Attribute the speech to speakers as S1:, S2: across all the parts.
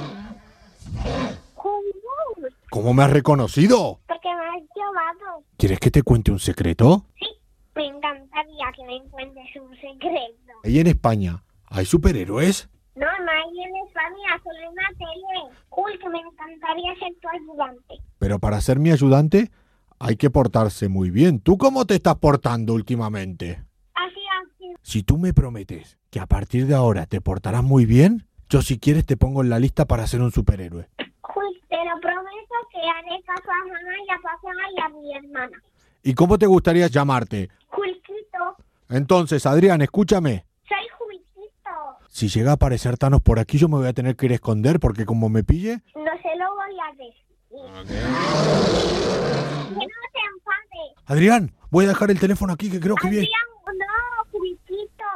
S1: Lola. Jesús,
S2: ¿Cómo me has reconocido?
S1: ¿por qué me has llamado?
S2: ¿Quieres que te cuente un secreto?
S1: Sí, me encantaría que me cuentes un secreto.
S2: Ahí en España, ¿hay superhéroes?
S1: No, no hay en España, solo en la tele. Uy, que me encantaría ser tu ayudante.
S2: Pero para ser mi ayudante hay que portarse muy bien. ¿Tú cómo te estás portando últimamente?
S1: Así, así.
S2: Si tú me prometes que a partir de ahora te portarás muy bien, yo si quieres te pongo en la lista para ser un superhéroe.
S1: Uy, te lo prometo que haré caso a mamá y a papá y a mi hermana.
S2: ¿Y cómo te gustaría llamarte?
S1: Julquito,
S2: Entonces, Adrián, escúchame.
S1: soy Julquito.
S2: Si llega a aparecer Thanos por aquí, yo me voy a tener que ir a esconder porque como me pille...
S1: No se lo voy a decir. Que no se enfade.
S2: Adrián, voy a dejar el teléfono aquí que creo que viene...
S1: Adrián, no, Julquito.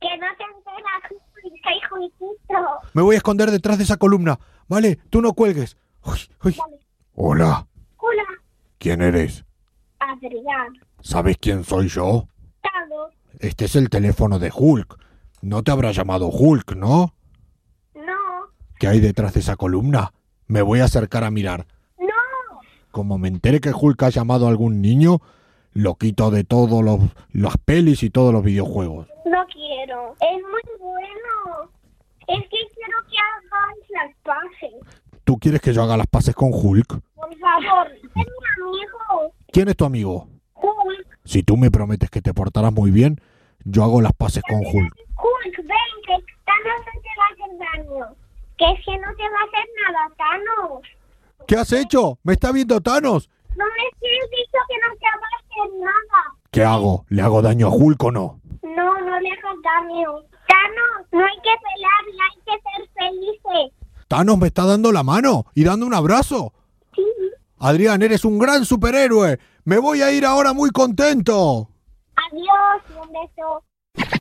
S1: Que no te enteras, soy Julquito.
S2: Me voy a esconder detrás de esa columna. Vale, tú no cuelgues. Uy, uy. Hola,
S1: Hola,
S2: ¿quién eres?
S1: Adrián.
S2: ¿Sabes quién soy yo?
S1: Tado.
S2: Este es el teléfono de Hulk. No te habrá llamado Hulk, ¿no?
S1: No,
S2: ¿Qué hay detrás de esa columna? Me voy a acercar a mirar.
S1: no.
S2: Como me entere que Hulk ha llamado a algún niño, lo quito de todos los las pelis y todos los videojuegos.
S1: No quiero. Es muy bueno. Es que quiero que hagáis las paces.
S2: ¿Tú quieres que yo haga las paces con Hulk?
S1: Por favor. Es mi amigo.
S2: ¿Quién es tu amigo?
S1: Hulk.
S2: Si tú me prometes que te portarás muy bien, yo hago las paces con Hulk.
S1: Hulk, ven, que Thanos no te va a hacer daño. Que es que no te va a hacer nada, Thanos.
S2: ¿Qué has hecho? ¿Me está viendo Thanos?
S1: No me has dicho que no te va a hacer nada.
S2: ¿Qué hago? ¿Le hago daño a Hulk o no?
S1: No, no le hagas daño. Thanos, no hay que pelearle, hay que ser felices.
S2: Thanos me está dando la mano y dando un abrazo.
S1: Sí.
S2: Adrián, eres un gran superhéroe. Me voy a ir ahora muy contento.
S1: Adiós, un beso.